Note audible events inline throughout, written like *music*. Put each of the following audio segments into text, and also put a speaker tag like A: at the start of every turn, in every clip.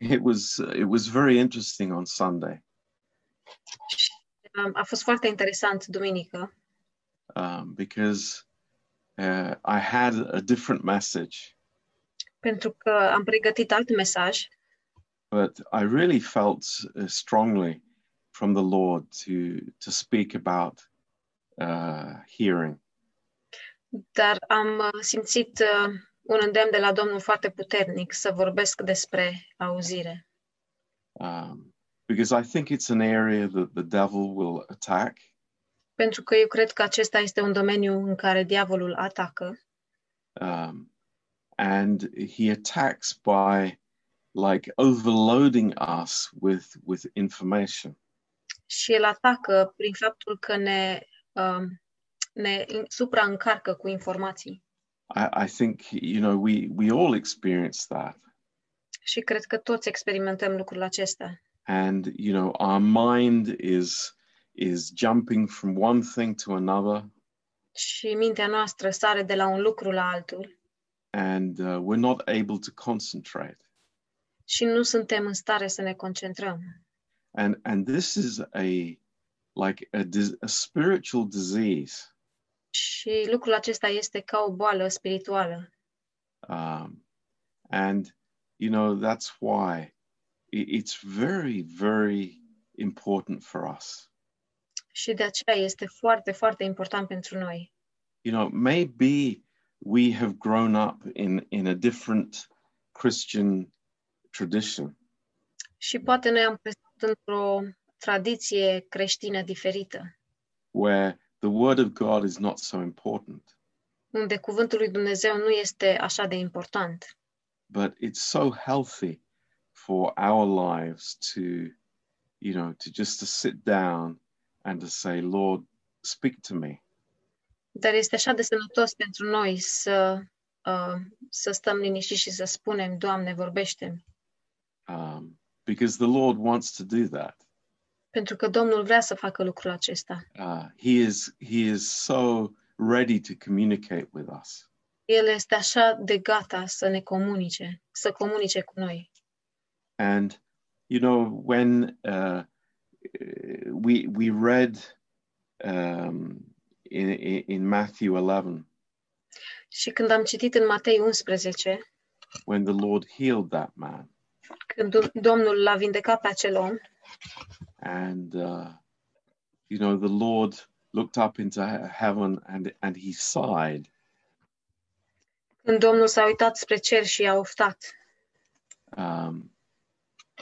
A: It was it was very interesting on Sunday.
B: Um, A fost foarte interesant duminică
A: um, because uh, I had a different message,
B: pentru că am pregătit alt mesaj,
A: but I really felt uh, strongly from the Lord to to speak about uh, hearing.
B: dar am uh, simțit uh, un îndemn de la Domnul foarte puternic să vorbesc despre auzire.
A: um, because I think it's an area that the devil will attack.
B: Pentru că eu cred că acesta este un domeniu în care diavolul atacă
A: Um, and he attacks by like overloading us with with information.
B: și el atacă prin faptul că ne, um, ne in- supraîncarcă cu informații.
A: I, I think you know we we all experience that,
B: Și cred că toți experimentăm lucrul acesta.
A: and you know our mind is is jumping from one thing to another,
B: Și mintea noastră sare de la un lucru la altul
A: and uh, we're not able to concentrate.
B: și nu suntem în stare să ne concentrăm.
A: And and this is a like a, dis- a spiritual disease.
B: Și lucrul acesta este ca o boală spirituală.
A: Um, and, you know, that's why i- it's very, very important for us.
B: Și de aceea este foarte, foarte important pentru noi.
A: You know, maybe we have grown up in, in a different Christian tradition,
B: Și poate noi am crescut într-o tradiție creștină diferită,
A: where the word of God is not so important,
B: unde cuvântul lui Dumnezeu nu este așa de important.
A: but it's so healthy for our lives to, you know, to just to sit down and to say, Lord, speak to me.
B: Dar este așa de sănătos pentru noi să, uh, să stăm liniștiți și să spunem, Doamne, vorbește
A: um, because the Lord wants to do that.
B: Pentru că Domnul vrea să facă lucrul acesta.
A: Uh, he is He is so ready to communicate with us,
B: El este așa de gata să ne comunice, să comunice cu noi.
A: and you know when uh, we we read um, in, in in Matthew eleven
B: Și când am citit în Matei 11,
A: when the Lord healed that man,
B: când Domnul l-a vindecat pe acel om,
A: and uh, you know the Lord looked up into he- heaven and and he sighed
B: când Domnul s-a uitat spre cer și a oftat.
A: um,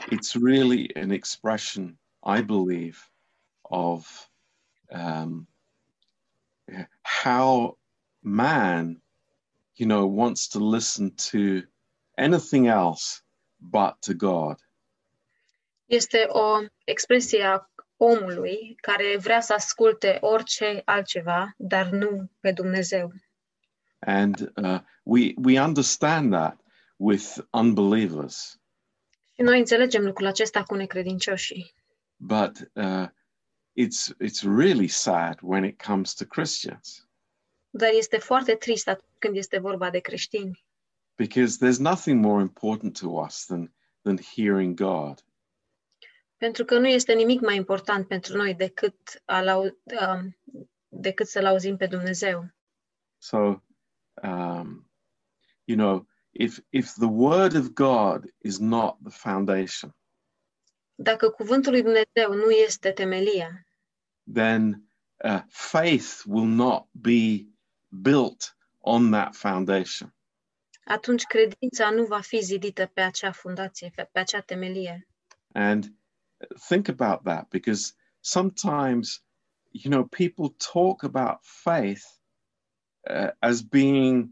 A: it's really an expression, I believe, of um, how man, you know, wants to listen to anything else but to God.
B: Este o expresie a omului care vrea să asculte orice altceva, dar nu pe Dumnezeu.
A: And uh, we we understand that with unbelievers,
B: Și noi înțelegem lucrul acesta cu necredincioșii,
A: but uh, it's it's really sad when it comes to Christians
B: dar este foarte trist atunci când este vorba de creștini,
A: because there's nothing more important to us than than hearing God.
B: pentru că nu este nimic mai important pentru noi decât, a-l au, um, decât să-L auzim pe Dumnezeu.
A: So, um, you know, if if the word of God is not the foundation,
B: Dacă cuvântul lui Dumnezeu nu este temelia,
A: then uh, faith will not be built on that foundation.
B: atunci credința nu va fi zidită pe acea fundație, pe, pe acea temelie.
A: And think about that because sometimes, you know, people talk about faith uh, as being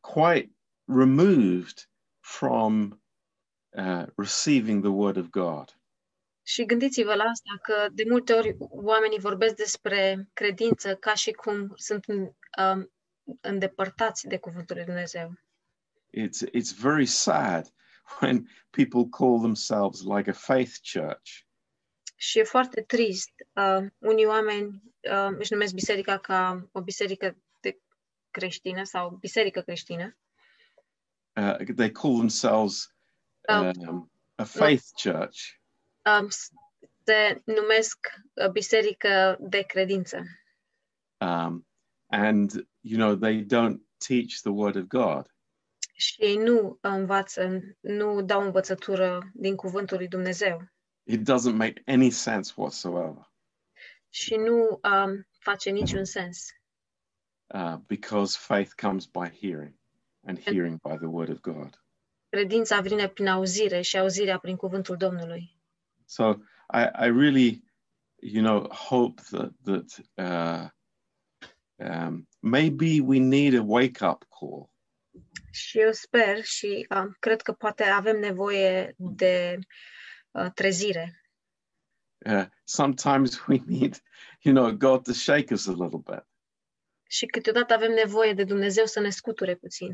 A: quite removed from uh, receiving the word of God.
B: Și gândiți-vă la asta că de multe ori oamenii vorbesc despre credință ca și cum sunt um, îndepărtați de cuvântul lui Dumnezeu.
A: it's it's very sad *laughs* when people call themselves like a faith church
B: Și e foarte trist. Uh, unii oameni uh, își numesc biserica ca o biserică de creștină sau biserică creștină.
A: uh, they call themselves
B: Oh.
A: um, a faith church.
B: um, s- se numesc uh, biserică de credință
A: Um, and, you know, they don't teach the word of God.
B: și ei nu învață, nu dau învățătură din cuvântul lui Dumnezeu
A: It doesn't make any sense whatsoever
B: și nu um, face niciun sens,
A: uh, because faith comes by hearing and hearing by the word of God.
B: Credința vine prin auzire și auzirea prin cuvântul Domnului.
A: So I, I really, you know, hope that that uh, um, maybe we need a wake up call.
B: Și eu sper și um, cred că poate avem nevoie de uh, trezire.
A: Uh, sometimes *laughs* we need, you know, God to shake us a little bit,
B: Și câteodată avem nevoie de Dumnezeu să ne scuture puțin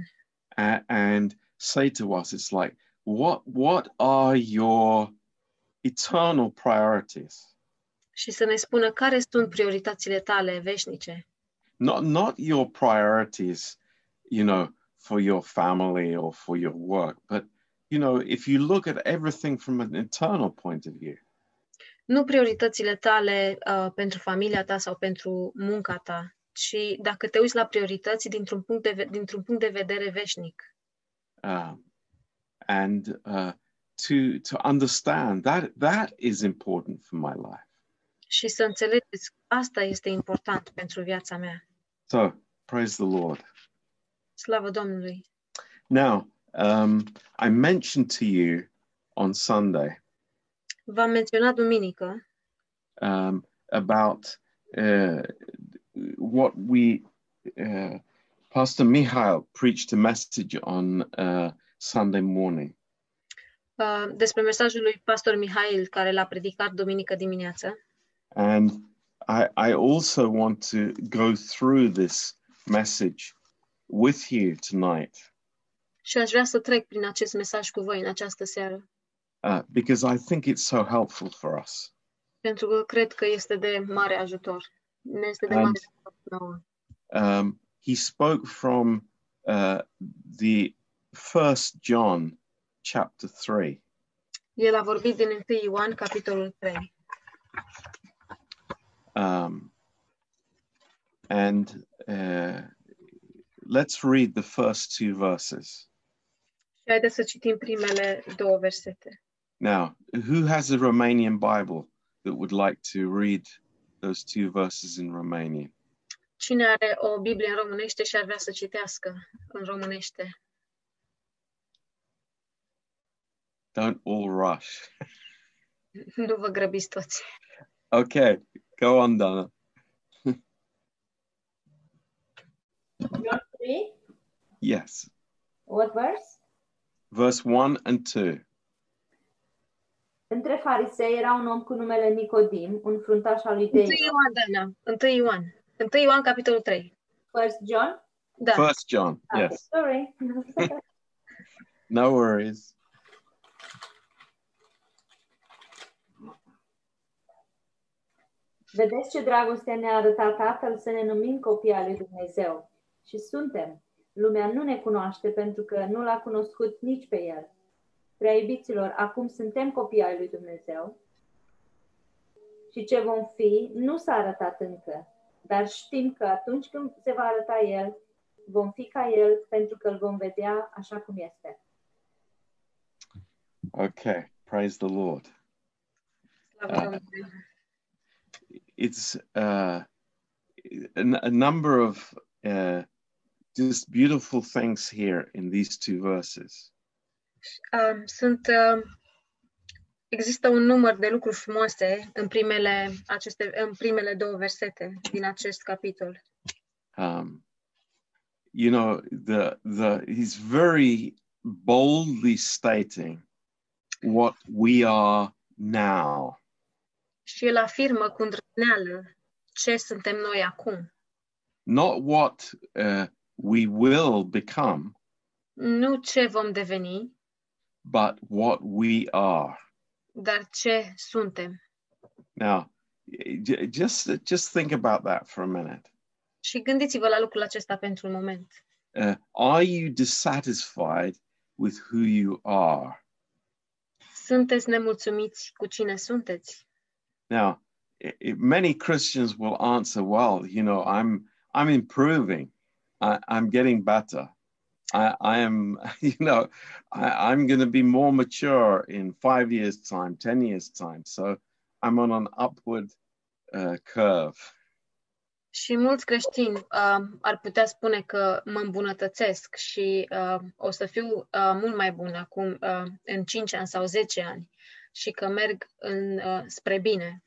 A: and, and say to us, it's like, what what are your eternal priorities?
B: și să ne spună care sunt prioritățile tale veșnice.
A: Not not your priorities, you know, for your family or for your work, but you know, if you look at everything from an internal point of view.
B: Nu prioritățile tale uh, pentru familia ta sau pentru munca ta, ci dacă te uiți la priorități dintr-un punct de, ve- dintr-un punct de vedere veșnic.
A: um, and uh, to to understand that that is important for my life.
B: Și să înțelegeți că asta este important pentru viața mea.
A: So praise the Lord.
B: Slavă Domnului!
A: Now um, I mentioned to you on Sunday
B: V-am menționat duminică
A: um, about uh, what we uh, Pastor Mihail preached a message on uh, Sunday morning,
B: uh, despre mesajul lui pastor Mihail care l-a predicat duminică dimineață
A: and I, I also want to go through this message with you tonight.
B: și aș vrea să trec prin acest mesaj cu voi în această seară,
A: uh, because I think it's so helpful for us.
B: pentru că cred că este de mare ajutor. Ne este de
A: Am-
B: mare ajutor nouă.
A: Um, he spoke from uh, the First John chapter three,
B: El a vorbit din 1 Ioan, capitolul 3.
A: um, and uh, let's read the first two verses.
B: Și haideți să citim primele două versete.
A: Now, who has a Romanian Bible that would like to read those two verses in Romanian?
B: Cine are o Biblie în românește și ar vrea să citească în românește?
A: Don't all rush.
B: Nu vă grăbiți toți.
A: Okay, go on, Donna.
C: John 3,
A: Yes,
C: what verse?
A: verse one and two.
C: Între farisei era un om cu numele Nicodim, un fruntaș al lui
B: 1
C: David.
B: Ioan, Dana. 1 Ioan. 1 Ioan, capitolul 3.
C: First John?
B: Da.
A: First John.
C: Ah,
A: Yes.
C: Sorry.
A: No worries.
C: Vedeți ce dragoste ne-a arătat Tatăl să ne numim copii al lui Dumnezeu. Și suntem. Lumea nu ne cunoaște pentru că nu l-a cunoscut nici pe el. Prea iubiților, acum suntem copii ai lui Dumnezeu și ce vom fi nu s-a arătat încă, dar știm că atunci când se va arăta el, vom fi ca el pentru că îl vom vedea așa cum este.
A: Okay. Praise the Lord.
B: Slavă
A: Ah.
B: Domnului.
A: It's uh, a, a number of uh, just beautiful things here in these two verses.
B: Um, Sunt, um, există un număr de lucruri frumoase în primele, aceste, în primele două versete din acest capitol.
A: Um, you know, the the he's very boldly stating what we are now.
B: Și el afirmă cu îndrăzneală ce suntem noi acum.
A: Not what uh, we will become,
B: Nu ce vom deveni,
A: but what we are.
B: dar ce suntem.
A: Now, j- just just think about that for a minute.
B: Și gândiți-vă la lucrul acesta pentru un moment.
A: Uh, are you dissatisfied with who you are?
B: Sunteți nemulțumiți cu cine sunteți?
A: Now, i- i- many Christians will answer, "Well, you know, I'm I'm improving, I, I'm getting better, I, I am, *laughs* you know, I, I'm going to be more mature in five years' time, ten years' time, so I'm on an upward uh, curve."
B: Și mulți creștini um, ar putea spune că mă îmbunătățesc și um, o să fiu uh, mult mai bun acum uh, în 5 ani sau 10 ani și că merg în, uh, spre bine.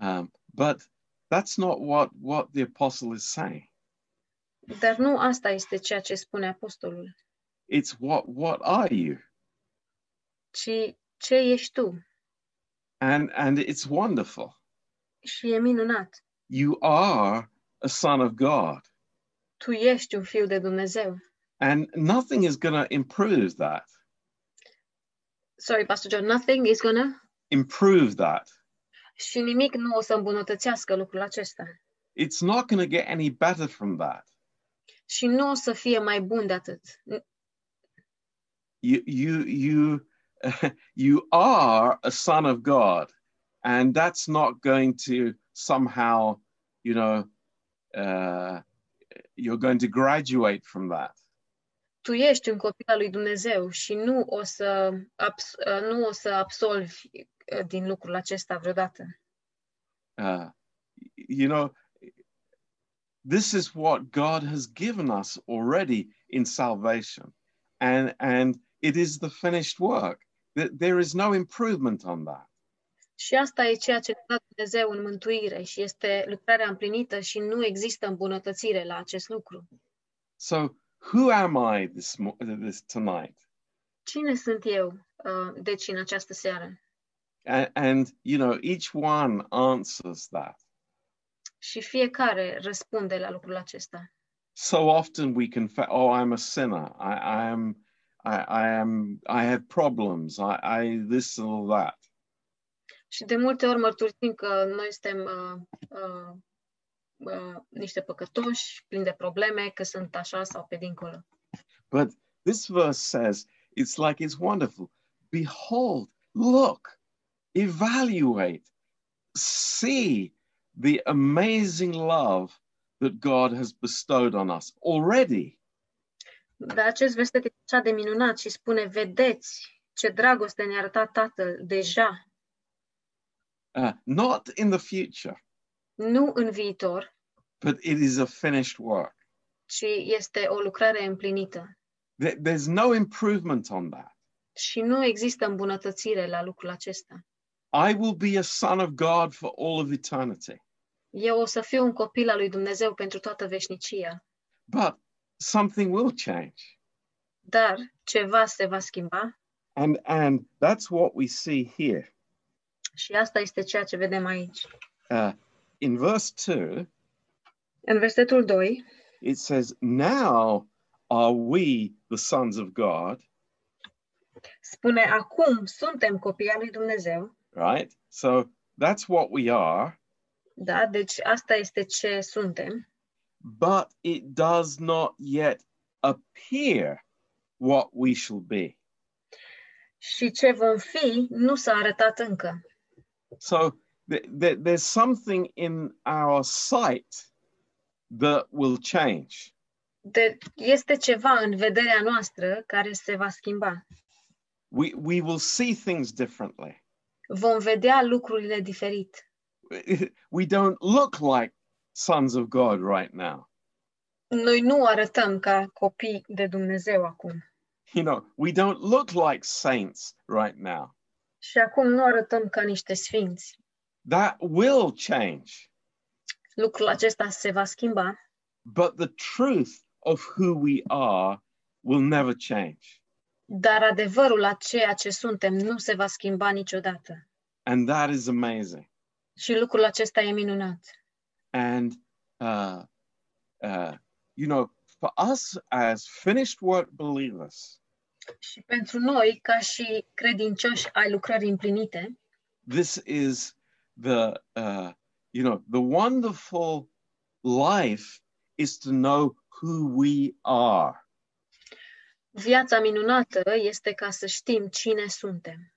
A: Um, but that's not what what the apostle is saying.
B: Dar nu asta este ceea ce spune apostolul,
A: It's what what are you?
B: ci ce ești tu.
A: And and it's wonderful.
B: Și e minunat.
A: You are a son of God.
B: Tu ești un fiu de Dumnezeu.
A: And nothing is going to improve that,
B: Sorry, Pastor John, nothing is gonna...
A: improve that.
B: Și nimic nu o să îmbunătățească lucrul acesta.
A: It's not going to get any better from that.
B: Și nu o să fie mai bun de atât.
A: You, you, you, *laughs* you are a son of God, and that's not going to somehow, you know, uh, you're going to graduate from that.
B: tu ești un copil al lui Dumnezeu și nu o să, abs- nu o să absolvi uh, din lucrul acesta vreodată.
A: Uh, you know, this is what God has given us already in salvation, and and it is the finished work. Th- There is no improvement on that.
B: Și asta e ceea ce ne-a dat Dumnezeu în mântuire și este lucrarea împlinită și nu există îmbunătățire la acest lucru.
A: So, who am I this mo- this tonight?
B: Cine sunt eu, uh, deci, în această seară?
A: And, and you know, each one answers that.
B: Și fiecare răspunde la lucrul acesta.
A: So often we confess, "Oh, I'm a sinner. I, I am, I, I am, I have problems. I, I this and all that."
B: Și de multe ori mărturisim că noi suntem uh, uh, uh, niște păcătoși, plini de probleme, că sunt așa sau pe dincolo.
A: But this verse says, it's like it's wonderful. Behold, look, evaluate, see the amazing love that God has bestowed on us already.
B: Dar acest verset e așa de minunat și spune, vedeți ce dragoste ne-a arătat Tatăl deja,
A: Uh, not in the future,
B: nu în viitor,
A: but it is a finished work.
B: ci este o lucrare împlinită.
A: There- There's no improvement on that.
B: Și nu există îmbunătățire la lucrul acesta.
A: I will be a son of God for all of eternity.
B: Eu o să fiu un copil al lui Dumnezeu pentru toată veșnicia,
A: But something will change.
B: dar ceva se va schimba
A: And, and that's what we see here.
B: și asta este ceea ce vedem aici.
A: Uh, in verse 2,
B: În versetul 2,
A: it says, Now are we the sons of God,
B: spune, acum suntem copii al lui Dumnezeu,
A: right? So that's what we are,
B: da, deci asta este ce suntem,
A: but it does not yet appear what we shall be.
B: și ce vom fi nu s-a arătat încă.
A: So th- th- there's something in our sight that will change.
B: de, este ceva în vederea noastră care se va schimba.
A: We, we will see things differently. *laughs*
B: Vom vedea lucrurile diferit.
A: We don't look like sons of God right now.
B: Noi nu arătăm ca copii de Dumnezeu acum.
A: You know, we don't look like saints right now.
B: Și acum nu arătăm ca niște sfinți.
A: That will change.
B: Lucrul acesta se va schimba,
A: But the truth of who we are will never change.
B: dar adevărul a ceea ce suntem nu se va schimba niciodată.
A: And that is amazing.
B: Și lucrul acesta e minunat.
A: And, uh, uh, you know, for us as finished work believers,
B: Și pentru noi, ca și credincioși ai lucrării împlinite,
A: this is the, uh, you know, the wonderful life is to know who we are.
B: Viața minunată este ca să știm cine suntem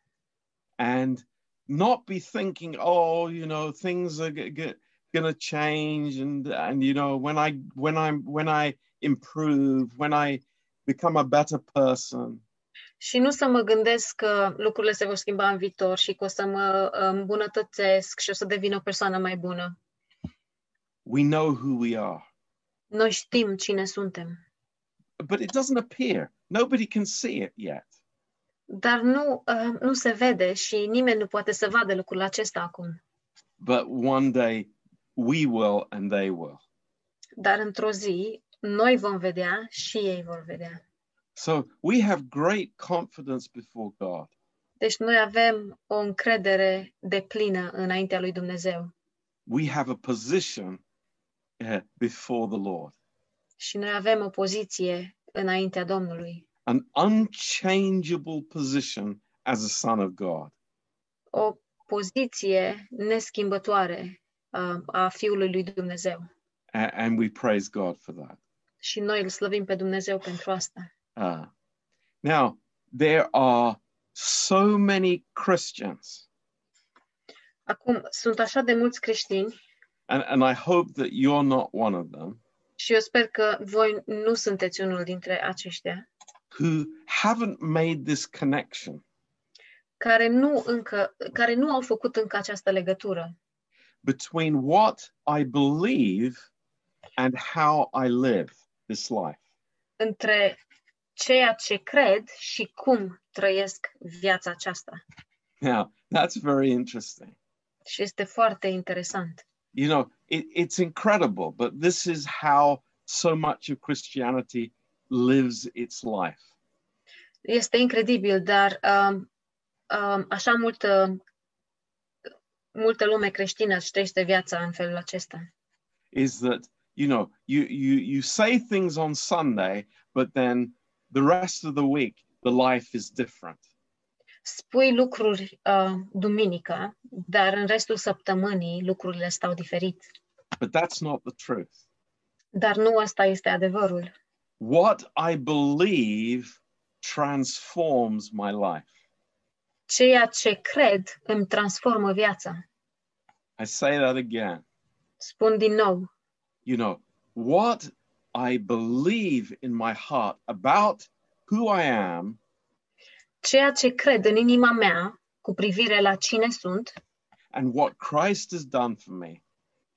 A: and not be thinking, oh, you know, things are g- g- gonna change, and and you know, when I when I'm when I improve, when I become a better person,
B: și nu să mă gândesc că lucrurile se vor schimba în viitor și că o să mă uh, îmbunătățesc și o să devin o persoană mai bună.
A: we know who we are,
B: Noi știm cine suntem,
A: but it doesn't appear. Nobody can see it yet.
B: dar nu, uh, nu se vede și nimeni nu poate să vadă lucrul acesta acum.
A: But one day we will, and they will.
B: Dar într-o zi noi vom vedea și ei vor vedea.
A: So we have great confidence before God.
B: Deci noi avem o încredere de plină înaintea lui Dumnezeu
A: We have a position uh, before the Lord,
B: și noi avem o poziție înaintea Domnului,
A: an unchangeable position as a son of God.
B: o poziție neschimbătoare uh, a Fiului lui Dumnezeu.
A: A- and we praise God for that.
B: și noi îl slăvim pe Dumnezeu pentru asta.
A: Uh, now, there are so many Christians,
B: Acum, sunt așa de mulți creștini
A: and, and I hope that you're not one of them,
B: și eu sper că voi nu sunteți unul dintre aceștia
A: who haven't made this connection
B: care nu încă care nu au făcut încă această legătură
A: between what I believe and how I live this life.
B: între ceea ce cred și cum trăiesc viața aceasta.
A: Now, that's very interesting.
B: Și este foarte interesant.
A: You know, it, it's incredible, but this is how so much of Christianity lives its life.
B: Este incredibil, dar um, um, așa multă multă lume creștină își trăiește viața în felul acesta.
A: is that you know you you you say things on Sunday, but then the rest of the week the life is different.
B: spui lucruri uh, duminică, dar în restul săptămânii lucrurile stau diferit.
A: But that's not the truth.
B: Dar nu asta este adevărul.
A: What I believe transforms my life.
B: Ceea ce cred îmi transformă viața.
A: I say that again.
B: Spun din nou,
A: You know, what I believe in my heart about who I am
B: ceea ce cred în inima mea cu privire la cine sunt
A: and what Christ has done for me,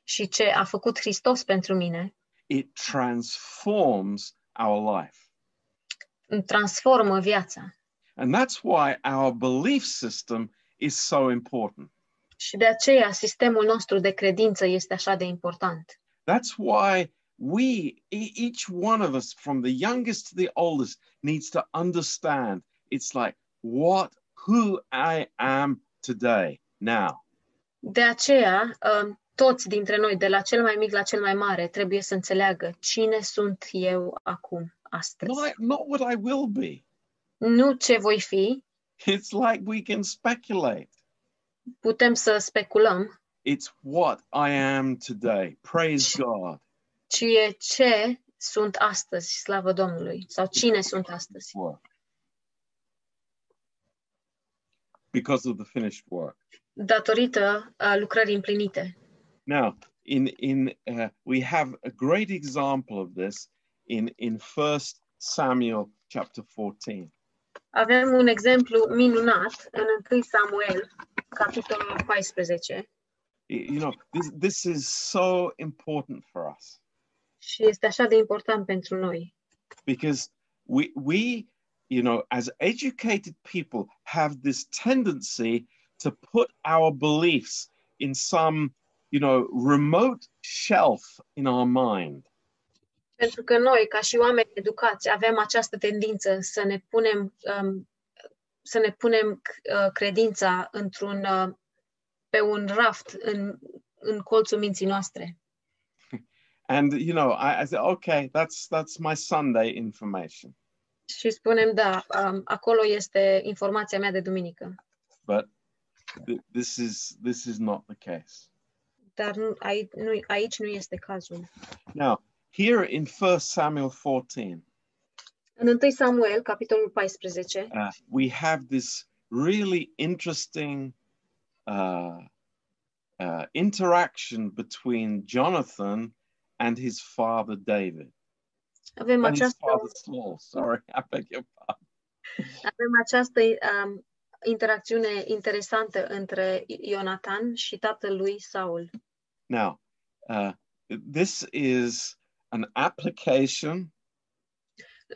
B: și ce a făcut Hristos pentru mine,
A: it transforms our life.
B: îmi transformă viața.
A: And that's why our belief system is so important.
B: Și de aceea sistemul nostru de credință este așa de important.
A: That's why we, e- each one of us, from the youngest to the oldest, needs to understand it's like what, who I am today, now.
B: De aceea, uh, toți dintre noi, de la cel mai mic la cel mai mare, trebuie să înțeleagă cine sunt eu acum, astăzi.
A: Not, not what I will be.
B: Nu ce voi fi,
A: It's like we can speculate.
B: putem să speculăm,
A: It's what I am today. Praise God.
B: ci e ce sunt astăzi, slavă Domnului, sau cine sunt astăzi,
A: Work. Because of the finished work.
B: datorită uh, lucrării împlinite.
A: Now, in in uh, we have a great example of this in in First Samuel chapter fourteen.
B: Avem un exemplu minunat în 1 Samuel, capitolul 14,
A: Y- You know, this this is so important for us
B: și este așa de important pentru noi,
A: because we we you know as educated people have this tendency to put our beliefs in some you know remote shelf in our mind
B: pentru că noi, ca și oameni educați, avem această tendință să ne punem, um, să ne punem uh, credința într-un, uh, pe un raft în, în colțul minții noastre.
A: and you know I, I say okay that's that's my sunday information
B: Și spunem, da, um, acolo este informația mea de duminică.
A: but th- this is this is not the case
B: Dar nu, aici, nu, aici nu este cazul.
A: now here in 1 samuel 14
B: În 1 Samuel, capitolul 14,
A: uh, we have this really interesting uh, uh, interaction between Jonathan and his father David.
B: avem
A: And his
B: această,
A: father Saul, sorry, *laughs* I beg your pardon.
B: avem această um, interacțiune interesantă între I- Ionatan și tatălui Saul.
A: Now, uh, this is an application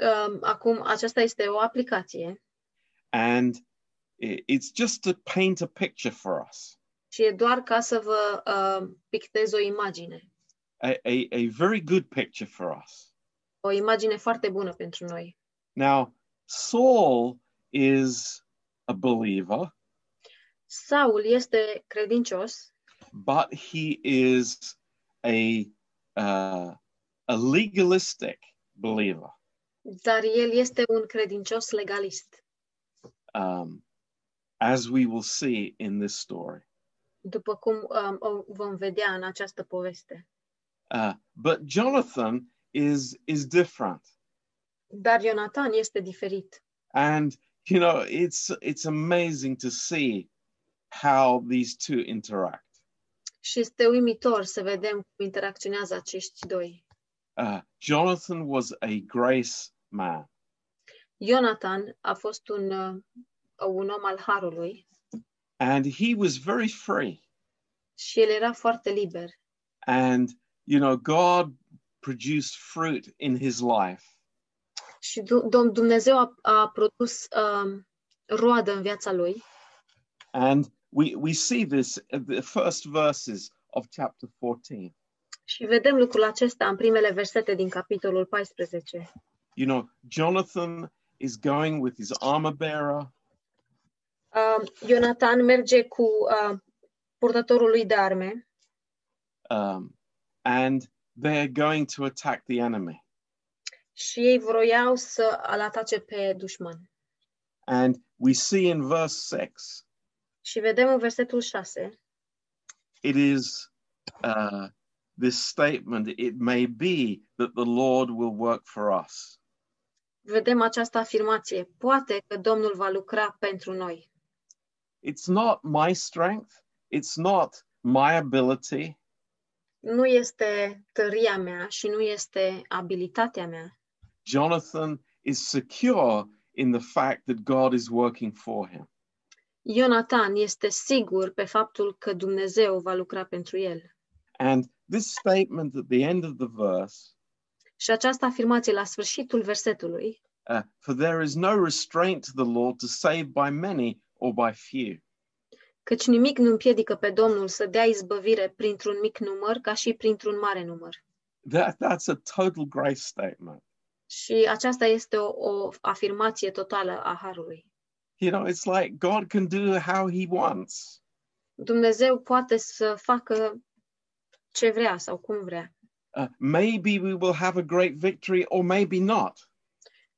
B: Um, acum, aceasta este o aplicație
A: and i- it's just to paint a picture for us.
B: și e doar ca să vă uh, pictez o imagine.
A: a, a, a very good picture for us.
B: O imagine foarte bună pentru noi.
A: Now, Saul is a believer,
B: Saul este credincios,
A: but he is a uh, a legalistic believer.
B: dar el este un credincios legalist,
A: Um, as we will see in this story.
B: după cum um, o vom vedea în această poveste.
A: Uh, but Jonathan is is different,
B: Dar Ionatan este diferit
A: and you know it's it's amazing to see how these two interact.
B: și este uimitor să vedem cum interacționează acești doi.
A: Uh, Jonathan was a grace man.
B: Ionatan a fost un, uh, un om al harului
A: and he was very free
B: și el era foarte liber
A: and you know god produced fruit in his life
B: și Du- Dom- Dumnezeu a, a produs um, roadă în viața lui
A: and we we see this at the first verses of chapter 14
B: și vedem lucrul acesta în primele versete din capitolul 14.
A: you know jonathan is going with his armor bearer
B: Uh, Ionatan merge cu uh, purtătorul lui de arme
A: um, and they're going to attack the enemy
B: și ei vroiau să îl atace pe dușman.
A: and we see in verse 6
B: Și vedem în versetul 6,
A: it is uh, this statement it may be that the lord will work for us
B: vedem această afirmație. Poate că Domnul va lucra pentru noi.
A: it's not my strength it's not my ability
B: Nu este tăria mea și nu este abilitatea mea.
A: jonathan is secure in the fact that god is working for him
B: Ionatan este sigur pe faptul că Dumnezeu va lucra pentru el.
A: and this statement at the end of the verse
B: Și această afirmație la sfârșitul versetului,
A: uh, for there is no restraint to the lord to save by many or by few
B: căci nimic nu împiedică pe Domnul să dea izbăvire printr-un mic număr ca și printr-un mare număr.
A: that that's a total grace statement
B: Și aceasta este o, o afirmație totală a harului.
A: you know it's like god can do how he wants
B: Dumnezeu poate să facă ce vrea sau cum vrea.
A: uh, maybe we will have a great victory or maybe not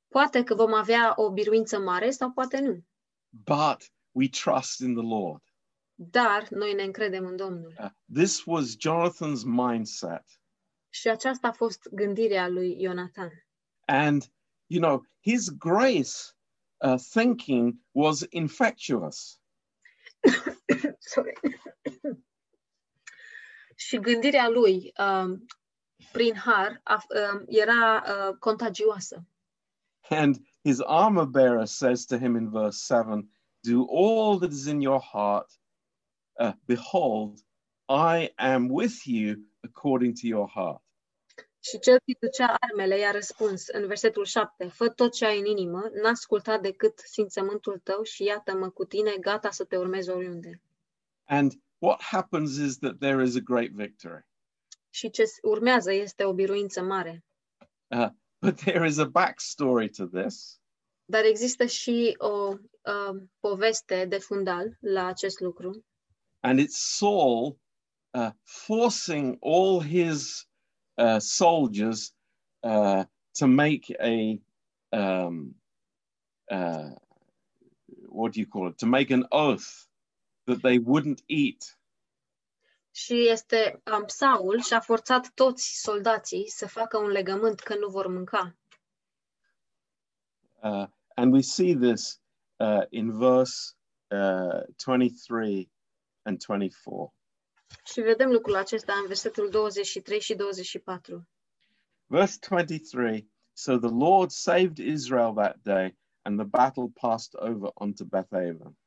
B: Poate că vom avea o biruință mare sau poate nu,
A: but we trust in the lord
B: dar noi ne încredem în Domnul.
A: Uh, this was Jonathan's mindset.
B: Și aceasta a fost gândirea lui Ionatan.
A: And, you know, his grace uh, thinking was infectious.
B: *coughs* Sorry. și gândirea lui um, prin har a, um, era uh, contagioasă.
A: And his armor bearer says to him in verse 7 Do all that is in your heart. Uh, behold, I am with you according to your heart.
B: Și cel ce ducea armele i-a răspuns în versetul 7, fă tot ce ai în inimă, n-a ascultat decât simțământul tău și iată-mă cu tine, gata să te urmez oriunde.
A: And what happens is that there is a great victory,
B: Și ce urmează este o biruință mare.
A: but there is a backstory to this.
B: Dar există și o uh, poveste de fundal la acest lucru
A: and it's Saul uh, forcing all his uh, soldiers uh, to make a um, uh, what do you call it? To make an oath that they wouldn't eat
B: și este um, Saul și-a forțat toți soldații să facă un legământ că nu vor mânca.
A: Uh, and we see this uh, in verse uh, 23 and 24.
B: Și vedem lucrul acesta în versetul 23 și 24.
A: Verse 23 So the Lord saved Israel that day, and the battle passed over unto Bethaven.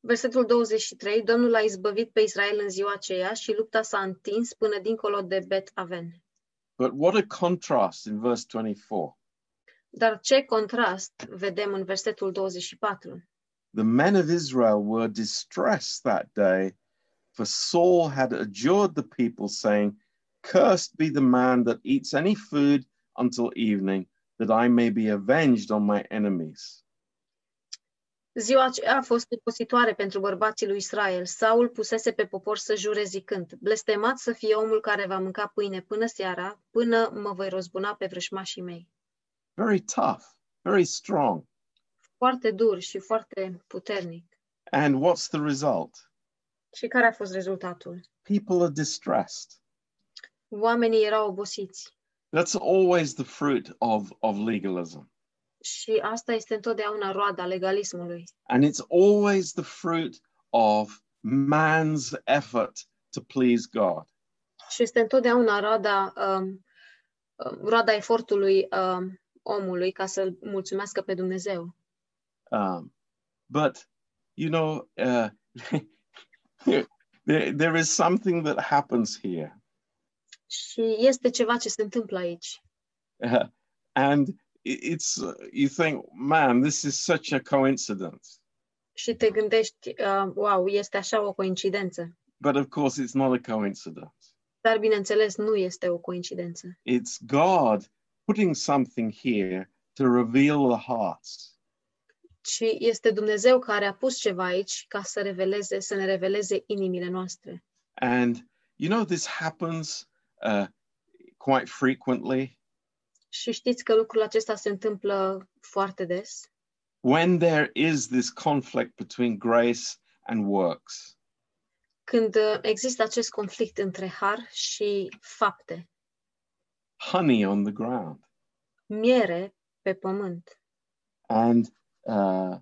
B: Versetul 23, Domnul a izbăvit pe Israel în ziua aceea și lupta s-a întins până dincolo de Bet Aven.
A: But what a contrast in verse 24.
B: Dar ce contrast vedem în versetul 24.
A: The men of Israel were distressed that day, for Saul had adjured the people, saying, Cursed be the man that eats any food until evening, that I may be avenged on my enemies.
B: Ziua aceea a fost opositoare pentru bărbații lui Israel. Saul pusese pe popor să jure zicând, blestemat să fie omul care va mânca pâine până seara, până mă voi rozbuna pe vrășmașii mei.
A: Very tough, very strong.
B: Foarte dur și foarte puternic.
A: And what's the result?
B: Și care a fost rezultatul?
A: People are distressed.
B: Oamenii erau obosiți
A: That's always the fruit of, of legalism.
B: și asta este întotdeauna roada legalismului.
A: And it's always the fruit of man's effort to please God.
B: Și este întotdeauna roada, um, roada efortului um, omului ca să-l mulțumească pe Dumnezeu.
A: Um, but, you know, uh, *laughs* there, there is something that happens here. *laughs*
B: Și este ceva ce se întâmplă aici.
A: Uh, and i- it's, uh, you think, man, this is such a coincidence.
B: Și te gândești, uh, wow, este așa o coincidență.
A: But of course, it's not a coincidence.
B: Dar, bineînțeles, nu este o coincidență.
A: It's God putting something here to reveal the hearts.
B: Ci este Dumnezeu care a pus ceva aici ca să reveleze, să ne reveleze inimile noastre.
A: And, you know, this happens uh, quite frequently
B: Și știți că lucrul acesta se întâmplă foarte des.
A: when there is this conflict between grace and works.
B: când uh, există acest conflict între har și fapte,
A: Honey on the ground.
B: miere pe pământ.
A: And uh,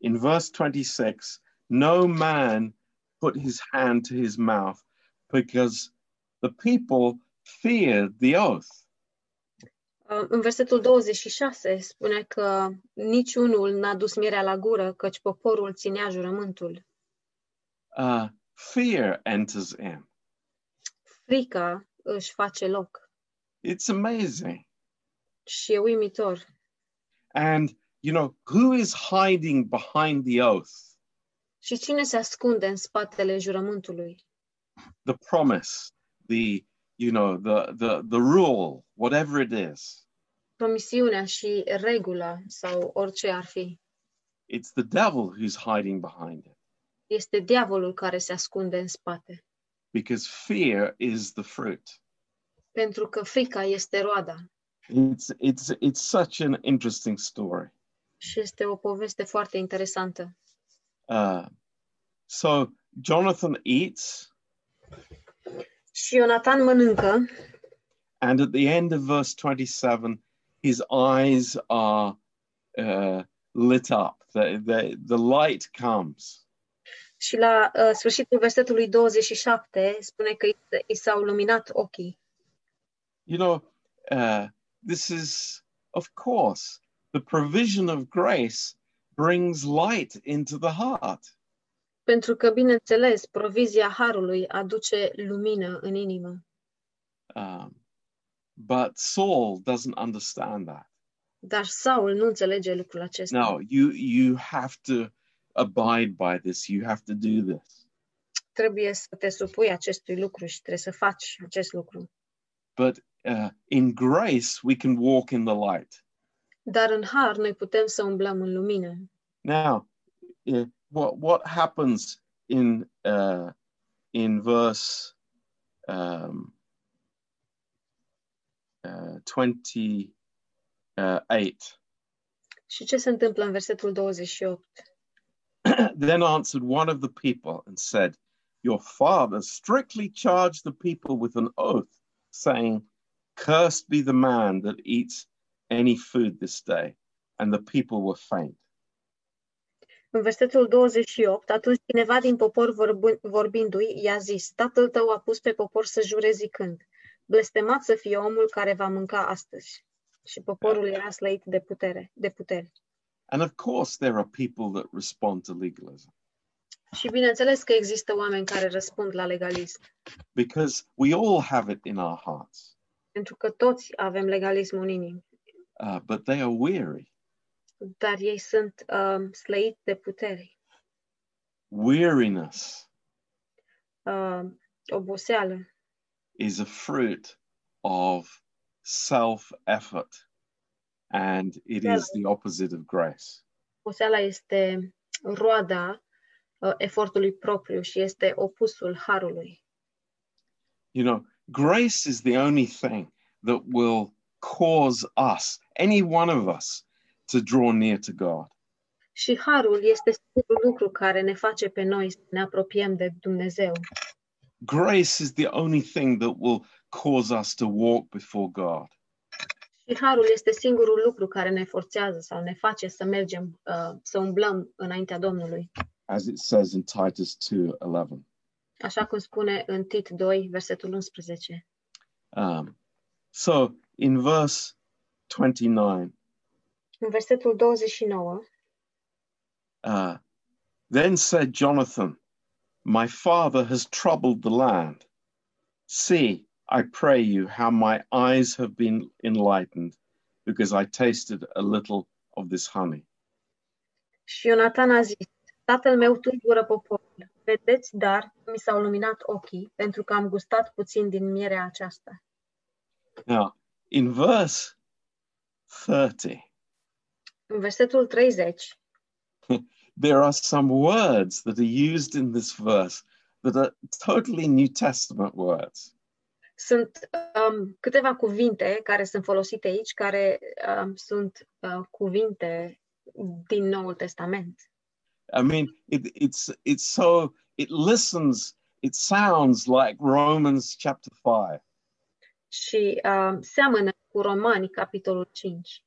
A: in verse 26, no man put his hand to his mouth because the people feared the oath.
B: Uh, În versetul 26 spune că niciunul n-a dus mierea la gură, căci poporul ținea jurământul.
A: Uh, fear enters in.
B: Frica își face loc
A: It's amazing.
B: și e uimitor.
A: And, you know, who is hiding behind the oath?
B: Și cine se ascunde în spatele jurământului?
A: The promise, the, you know, the, the, the rule, whatever it is.
B: Promisiunea și regula sau orice ar fi.
A: It's the devil who's hiding behind it
B: Este diavolul care se ascunde în spate.
A: because fear is the fruit.
B: Pentru că frica este roada
A: It's it's it's such an interesting story.
B: și este o poveste foarte interesantă.
A: Uh, so Jonathan eats,
B: Și Ionatan mănâncă
A: and at the end of verse twenty-seven, his eyes are uh, lit up. The, the the light comes,
B: și la uh, sfârșitul versetului 27 spune că i, i s-au luminat ochii.
A: you know. Uh, this is, of course, the provision of grace brings light into the heart.
B: Pentru că, bineînțeles, provizia harului aduce lumină în inimă.
A: Um, but Saul doesn't understand that.
B: Dar Saul nu înțelege lucrul acesta.
A: No, you you have to abide by this. You have to do this.
B: Trebuie să te supui acestui lucru și trebuie să faci acest lucru.
A: But uh, in grace, we can walk in the light.
B: Dar în har noi putem să umblăm în lumină.
A: Now, eh, what what happens in uh, in verse um, uh, twenty uh, eight?
B: Și ce se întâmplă în versetul 28?
A: *clears throat* then answered one of the people and said, Your father strictly charged the people with an oath, saying, Cursed be the man that eats any food this day, and the people were faint.
B: În versetul 28, atunci cineva din popor vorbu- vorbindu-i i-a zis, tatăl tău a pus pe popor să jure zicând, blestemat să fie omul care va mânca astăzi. Și poporul era slăit de putere, de putere.
A: And of course, there are people that respond to legalism
B: Și bineînțeles că există oameni care răspund la legalism,
A: because we all have it in our hearts,
B: pentru că toți avem legalismul în inimă,
A: uh, but they are weary,
B: dar ei sunt uh, slăiți de putere,
A: weariness
B: uh, oboseală.
A: is a fruit of self effort and it
B: Yeah.
A: is the opposite of grace.
B: Oboseala este roada uh, efortului propriu și este opusul harului.
A: You know, grace is the only thing that will cause us, any one of us, to draw near to God.
B: Și harul este singurul lucru care ne face pe noi să ne apropiem de Dumnezeu.
A: Grace is the only thing that will cause us to walk before God.
B: Și harul este singurul lucru care ne forțează sau ne face să mergem, uh, să umblăm înaintea Domnului,
A: as it says in Titus 2:11.
B: așa cum spune în Tit 2, versetul 11.
A: Um, so in verse 29,
B: În versetul 29,
A: uh, then said Jonathan, "My father has troubled the land. See, I pray you, how my eyes have been enlightened, because I tasted a little of this honey."
B: Și Ionatan a zis, tatăl meu tulbură poporul, vedeți dar, mi s-au luminat ochii, pentru că am gustat puțin din mierea aceasta.
A: Now, in verse 30,
B: În versetul 30
A: there are some words that are used in this verse that are totally New Testament words.
B: sunt um, câteva cuvinte care sunt folosite aici, care um, sunt uh, cuvinte din Noul Testament.
A: I mean, it, it's it's so it listens. It sounds like Romans chapter five.
B: Și um, seamănă cu Romani, capitolul 5.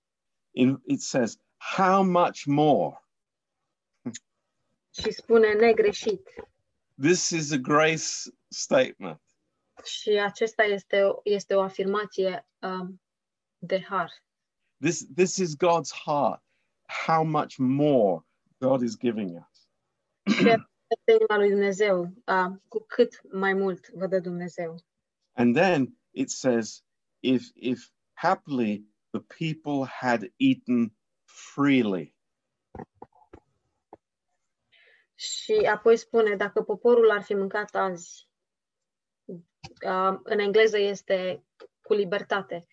A: In, it says, "How much more?
B: Și spune negreșit.
A: This is a grace statement.
B: Și acesta este, o- este o afirmație um, de har.
A: This this is God's heart. How much more God is giving us."
B: Este inima lui Dumnezeu, uh, cu cât mai mult vă dă Dumnezeu.
A: And then it says, "If if happily the people had eaten freely."
B: Și apoi spune, dacă poporul ar fi mâncat azi, uh, în engleză este cu libertate.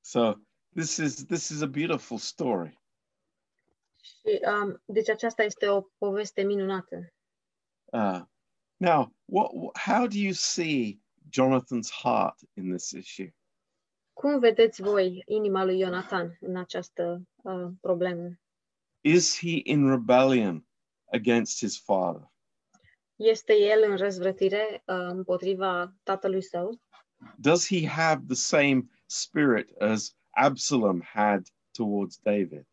A: So this is this is a beautiful story.
B: Și, um, deci aceasta este o poveste minunată.
A: Uh, now, what, wh- how do you see Jonathan's heart in this issue?
B: Cum vedeți voi inima lui Ionatan în această uh, problemă?
A: Is he in rebellion against his father?
B: Este el în răzvrătire uh, împotriva tatălui său?
A: Does he have the same spirit as Absalom had towards David?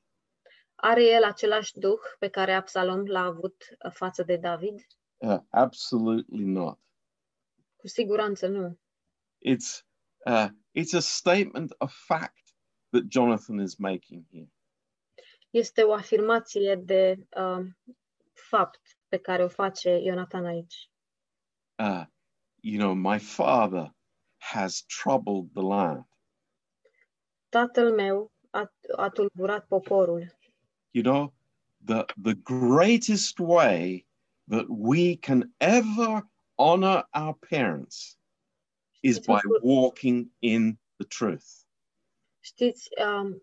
B: Are el același duh pe care Absalom l-a avut uh, față de David?
A: Uh, absolutely not.
B: Cu siguranță nu.
A: It's uh, it's a statement of fact that Jonathan is making here.
B: este o afirmație de uh, fapt pe care o face Ionatan aici.
A: Uh, you know, my father has troubled the land.
B: Tatăl meu a, a tulburat poporul.
A: you know, the, the greatest way that we can ever honor our parents is
B: It's a
A: by
B: good-
A: walking in the truth.
B: Știți, um,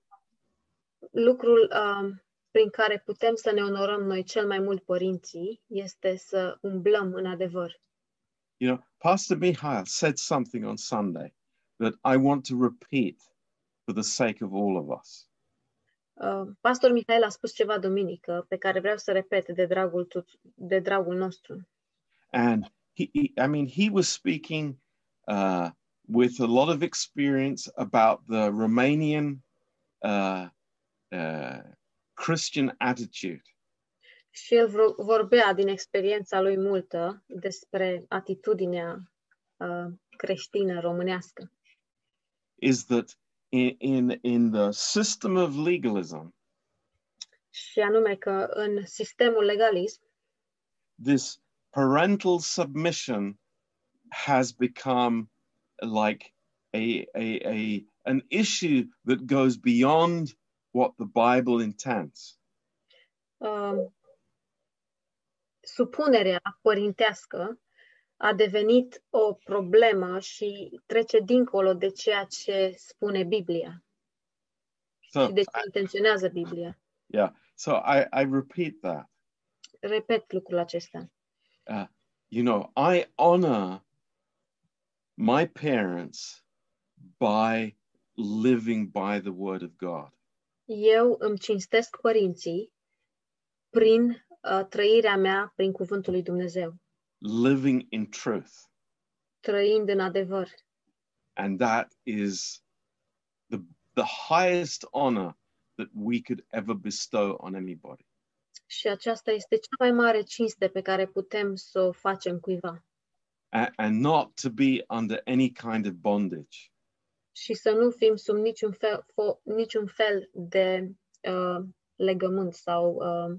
B: lucrul um, prin care putem să ne onorăm noi cel mai mult părinții este să umblăm în adevăr.
A: You know, Pastor Mihail said something on Sunday that I want to repeat for the sake of all of us.
B: Uh, Pastor Mihail a spus ceva duminică pe care vreau să repet de dragul, tut- de dragul nostru.
A: And he, he I mean, he was speaking uh, with a lot of experience about the Romanian uh, uh, Christian attitude.
B: Și el vro- vorbea din experiența lui multă despre atitudinea uh, creștină românească.
A: Is that in, in, in the system of legalism,
B: Și anume că în sistemul legalism,
A: this parental submission has become like a, a, a an issue that goes beyond what the Bible intends.
B: uh, supunerea părintească a devenit o problemă și trece dincolo de ceea ce spune Biblia
A: So,
B: și de ce intenționează Biblia.
A: yeah. So I, I repeat that.
B: Repet lucrul acesta.
A: You know, I honor my parents by living by the word of God.
B: Eu îmi cinstesc părinții prin uh, trăirea mea prin cuvântul lui Dumnezeu,
A: living in truth.
B: trăind în adevăr.
A: And that is the, the highest honor that we could ever bestow on anybody.
B: Și aceasta este cea mai mare cinste pe care putem să o facem cuiva
A: A- and not to be under any kind of bondage.
B: și să nu fim sub niciun fel, fo, niciun fel de uh, legământ sau uh,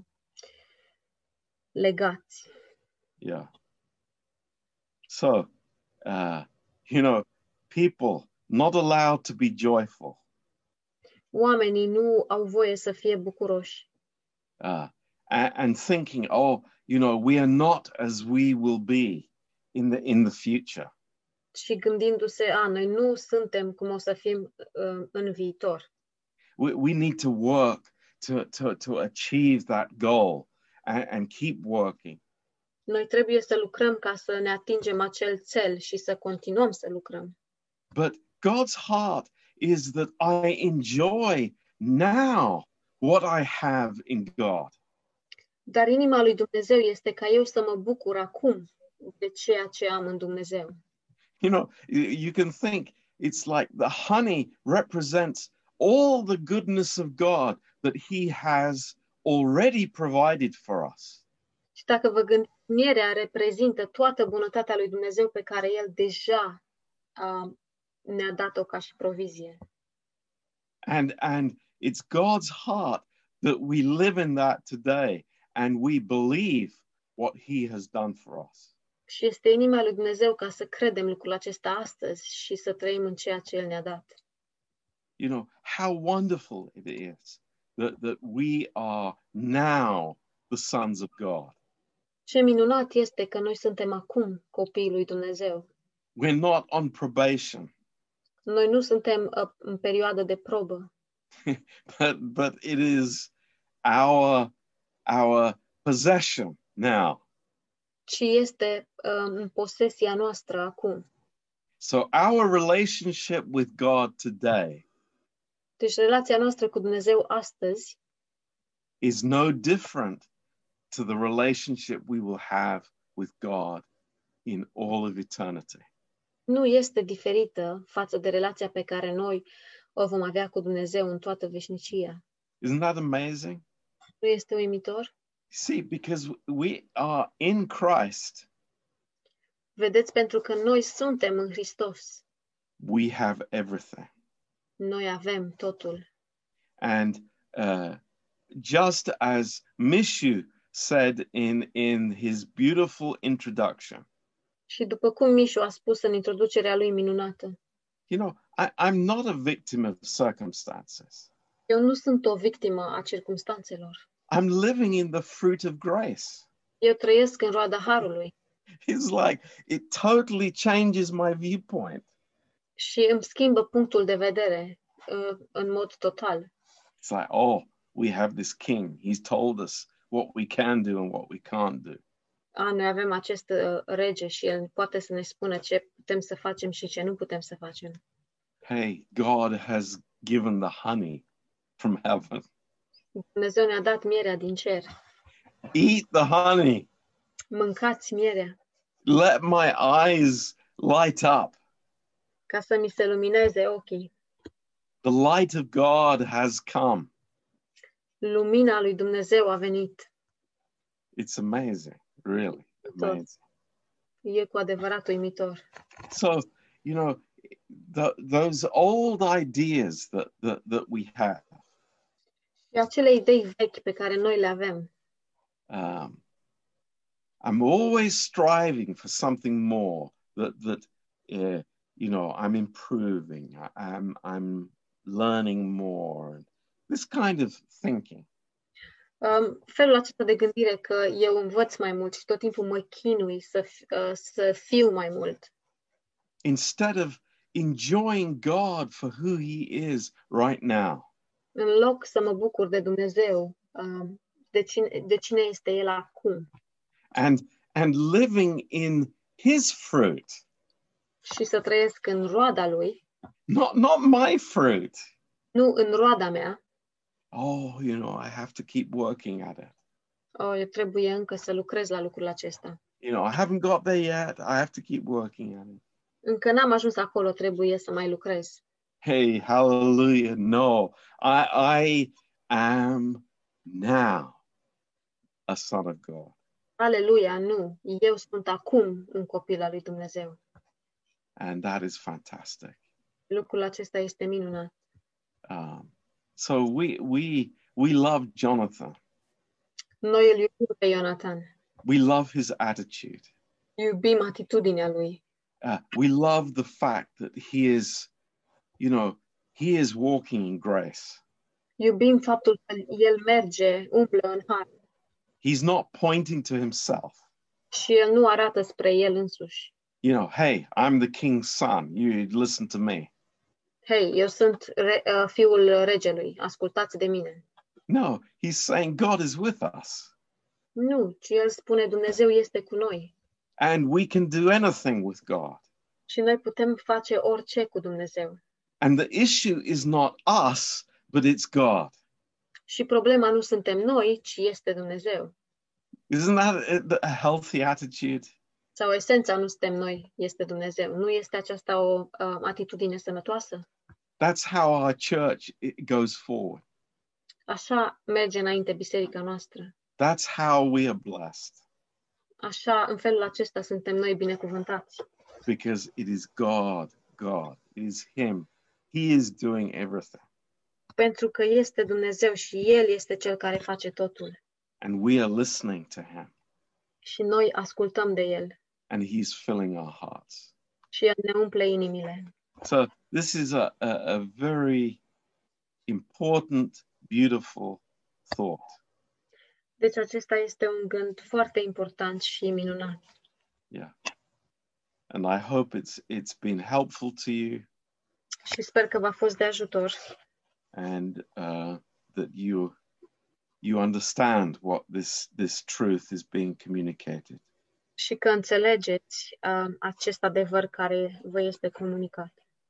B: legați.
A: Yeah. So, uh, you know, people not allowed to be joyful.
B: Oamenii nu au voie să fie bucuroși
A: Uh, a- and thinking, oh, you know, we are not as we will be in the in the future.
B: și gândindu-se, a, noi nu suntem cum o să fim uh, în viitor.
A: we, we need to work to, to, to achieve that goal and, and keep working.
B: Noi trebuie să lucrăm ca să ne atingem acel cel și să continuăm să lucrăm.
A: But God's heart is that I enjoy now what I have in God.
B: Dar inima lui Dumnezeu este ca eu să mă bucur acum de ceea ce am în Dumnezeu.
A: You know, y- you can think it's like the honey represents all the goodness of God that He has already provided for us.
B: Și dacă vă gândiți, mierea reprezintă toată bunătatea lui Dumnezeu pe care El deja a, ne-a dat-o ca și provizie.
A: And and it's God's heart that we live in that today and we believe what he has done for us.
B: Și este inima lui Dumnezeu ca să credem lucrul acesta astăzi și să trăim în ceea ce El ne-a dat.
A: You know, how wonderful it is that, that we are now the sons of God.
B: Ce minunat este că noi suntem acum copiii lui Dumnezeu.
A: We're not on probation, *laughs*
B: Noi nu suntem uh, în perioadă de probă,
A: but but it is our our possession now.
B: ci este uh, în posesia noastră acum.
A: So our relationship with God today
B: Deci relația noastră cu Dumnezeu astăzi
A: is no different to the relationship we will have with God in all of eternity.
B: nu este diferită față de relația pe care noi o vom avea cu Dumnezeu în toată veșnicia.
A: Isn't that amazing?
B: Nu este uimitor?
A: See, because we are in Christ,
B: Vedeți, pentru că noi suntem în Hristos,
A: we have everything.
B: noi avem totul.
A: And uh, just as Mishu said in, in his beautiful introduction,
B: Și după cum Mișu a spus în introducerea lui minunată,
A: you know, I, I'm not a victim of circumstances.
B: eu nu sunt o victimă a circumstanțelor.
A: I'm living in the fruit of grace. *laughs*
B: Eu trăiesc în roada Harului
A: It's like it totally changes my viewpoint.
B: și îmi schimbă punctul de vedere uh, în mod total.
A: It's like, oh, we have this king. He's told us what we can do and what we can't do.
B: a, noi avem acest uh, rege și el poate să ne spună ce putem să facem și ce nu putem să facem.
A: Hey, God has given the honey from heaven.
B: Dumnezeu ne-a dat mierea din cer.
A: Eat the honey.
B: Mâncați mierea
A: Let my eyes light up.
B: ca să mi se lumineze ochii.
A: The light of God has come.
B: Lumina lui Dumnezeu a venit.
A: It's amazing, really amazing.
B: E cu adevărat uimitor.
A: So, you know, th- those old ideas that, that, that we have,
B: Și acele idei vechi pe care noi le avem.
A: um, I'm always striving for something more that that uh, you know I'm improving, I, I'm I'm learning more, and this kind of thinking.
B: Um, felul acesta de gândire că eu învăț mai mult și tot timpul mă chinui să, f- uh, să fiu mai mult.
A: Instead of enjoying God for who He is right now,
B: În loc să mă bucur de Dumnezeu, um, de cine, de cine este El acum
A: and and living in His fruit,
B: și să trăiesc în roada Lui,
A: not not my fruit.
B: nu în roada mea,
A: Oh, you know, I have to keep working at it.
B: uh, eu trebuie încă să lucrez la lucrul acesta.
A: You know, I haven't got there yet. I have to keep working at it.
B: Încă n-am ajuns acolo, trebuie să mai lucrez.
A: Hey, hallelujah. No, I, I am now a son of God.
B: Aleluia, nu! Eu sunt acum un copil al lui Dumnezeu.
A: And that is fantastic.
B: Lucrul acesta este minunat.
A: Um, so we, we, we love Jonathan.
B: Noi îl iubim pe Ionatan,
A: We love his attitude.
B: iubim atitudinea lui,
A: Uh, we love the fact that he is, you know, he is walking in grace.
B: iubim faptul că el merge, umblă în har
A: He's not pointing to himself.
B: și el nu arată spre el însuși.
A: You know, hey, I'm the king's son. You listen to me.
B: Hei, eu sunt re, uh, fiul regelui, ascultați de mine.
A: No, he's saying God is with us.
B: Nu, ci el spune Dumnezeu este cu noi
A: and we can do anything with God.
B: și noi putem face orice cu Dumnezeu.
A: And the issue is not us, but it's God.
B: Și problema nu suntem noi, ci este Dumnezeu.
A: Isn't that a- a healthy attitude?
B: Sau esența nu suntem noi, este Dumnezeu. Nu este aceasta o uh, atitudine sănătoasă?
A: That's how our church it goes forward.
B: Așa merge înainte biserica noastră.
A: That's how we are blessed
B: Așa, în felul acesta suntem noi binecuvântați.
A: because it is God, God, it is Him. He is doing everything.
B: Pentru că este Dumnezeu și El este Cel care face totul.
A: And we are listening to Him
B: Și noi ascultăm de El
A: and He's filling our hearts.
B: și El ne umple inimile.
A: So, this is a, a, a very important, beautiful thought.
B: Deci acesta este un gând foarte important și minunat.
A: and I hope it's it's been helpful to you
B: Și sper că v-a fost de ajutor
A: and uh, that you you understand what this this truth is being communicated.
B: și că înțelegeți uh, acest adevăr care vă este comunicat.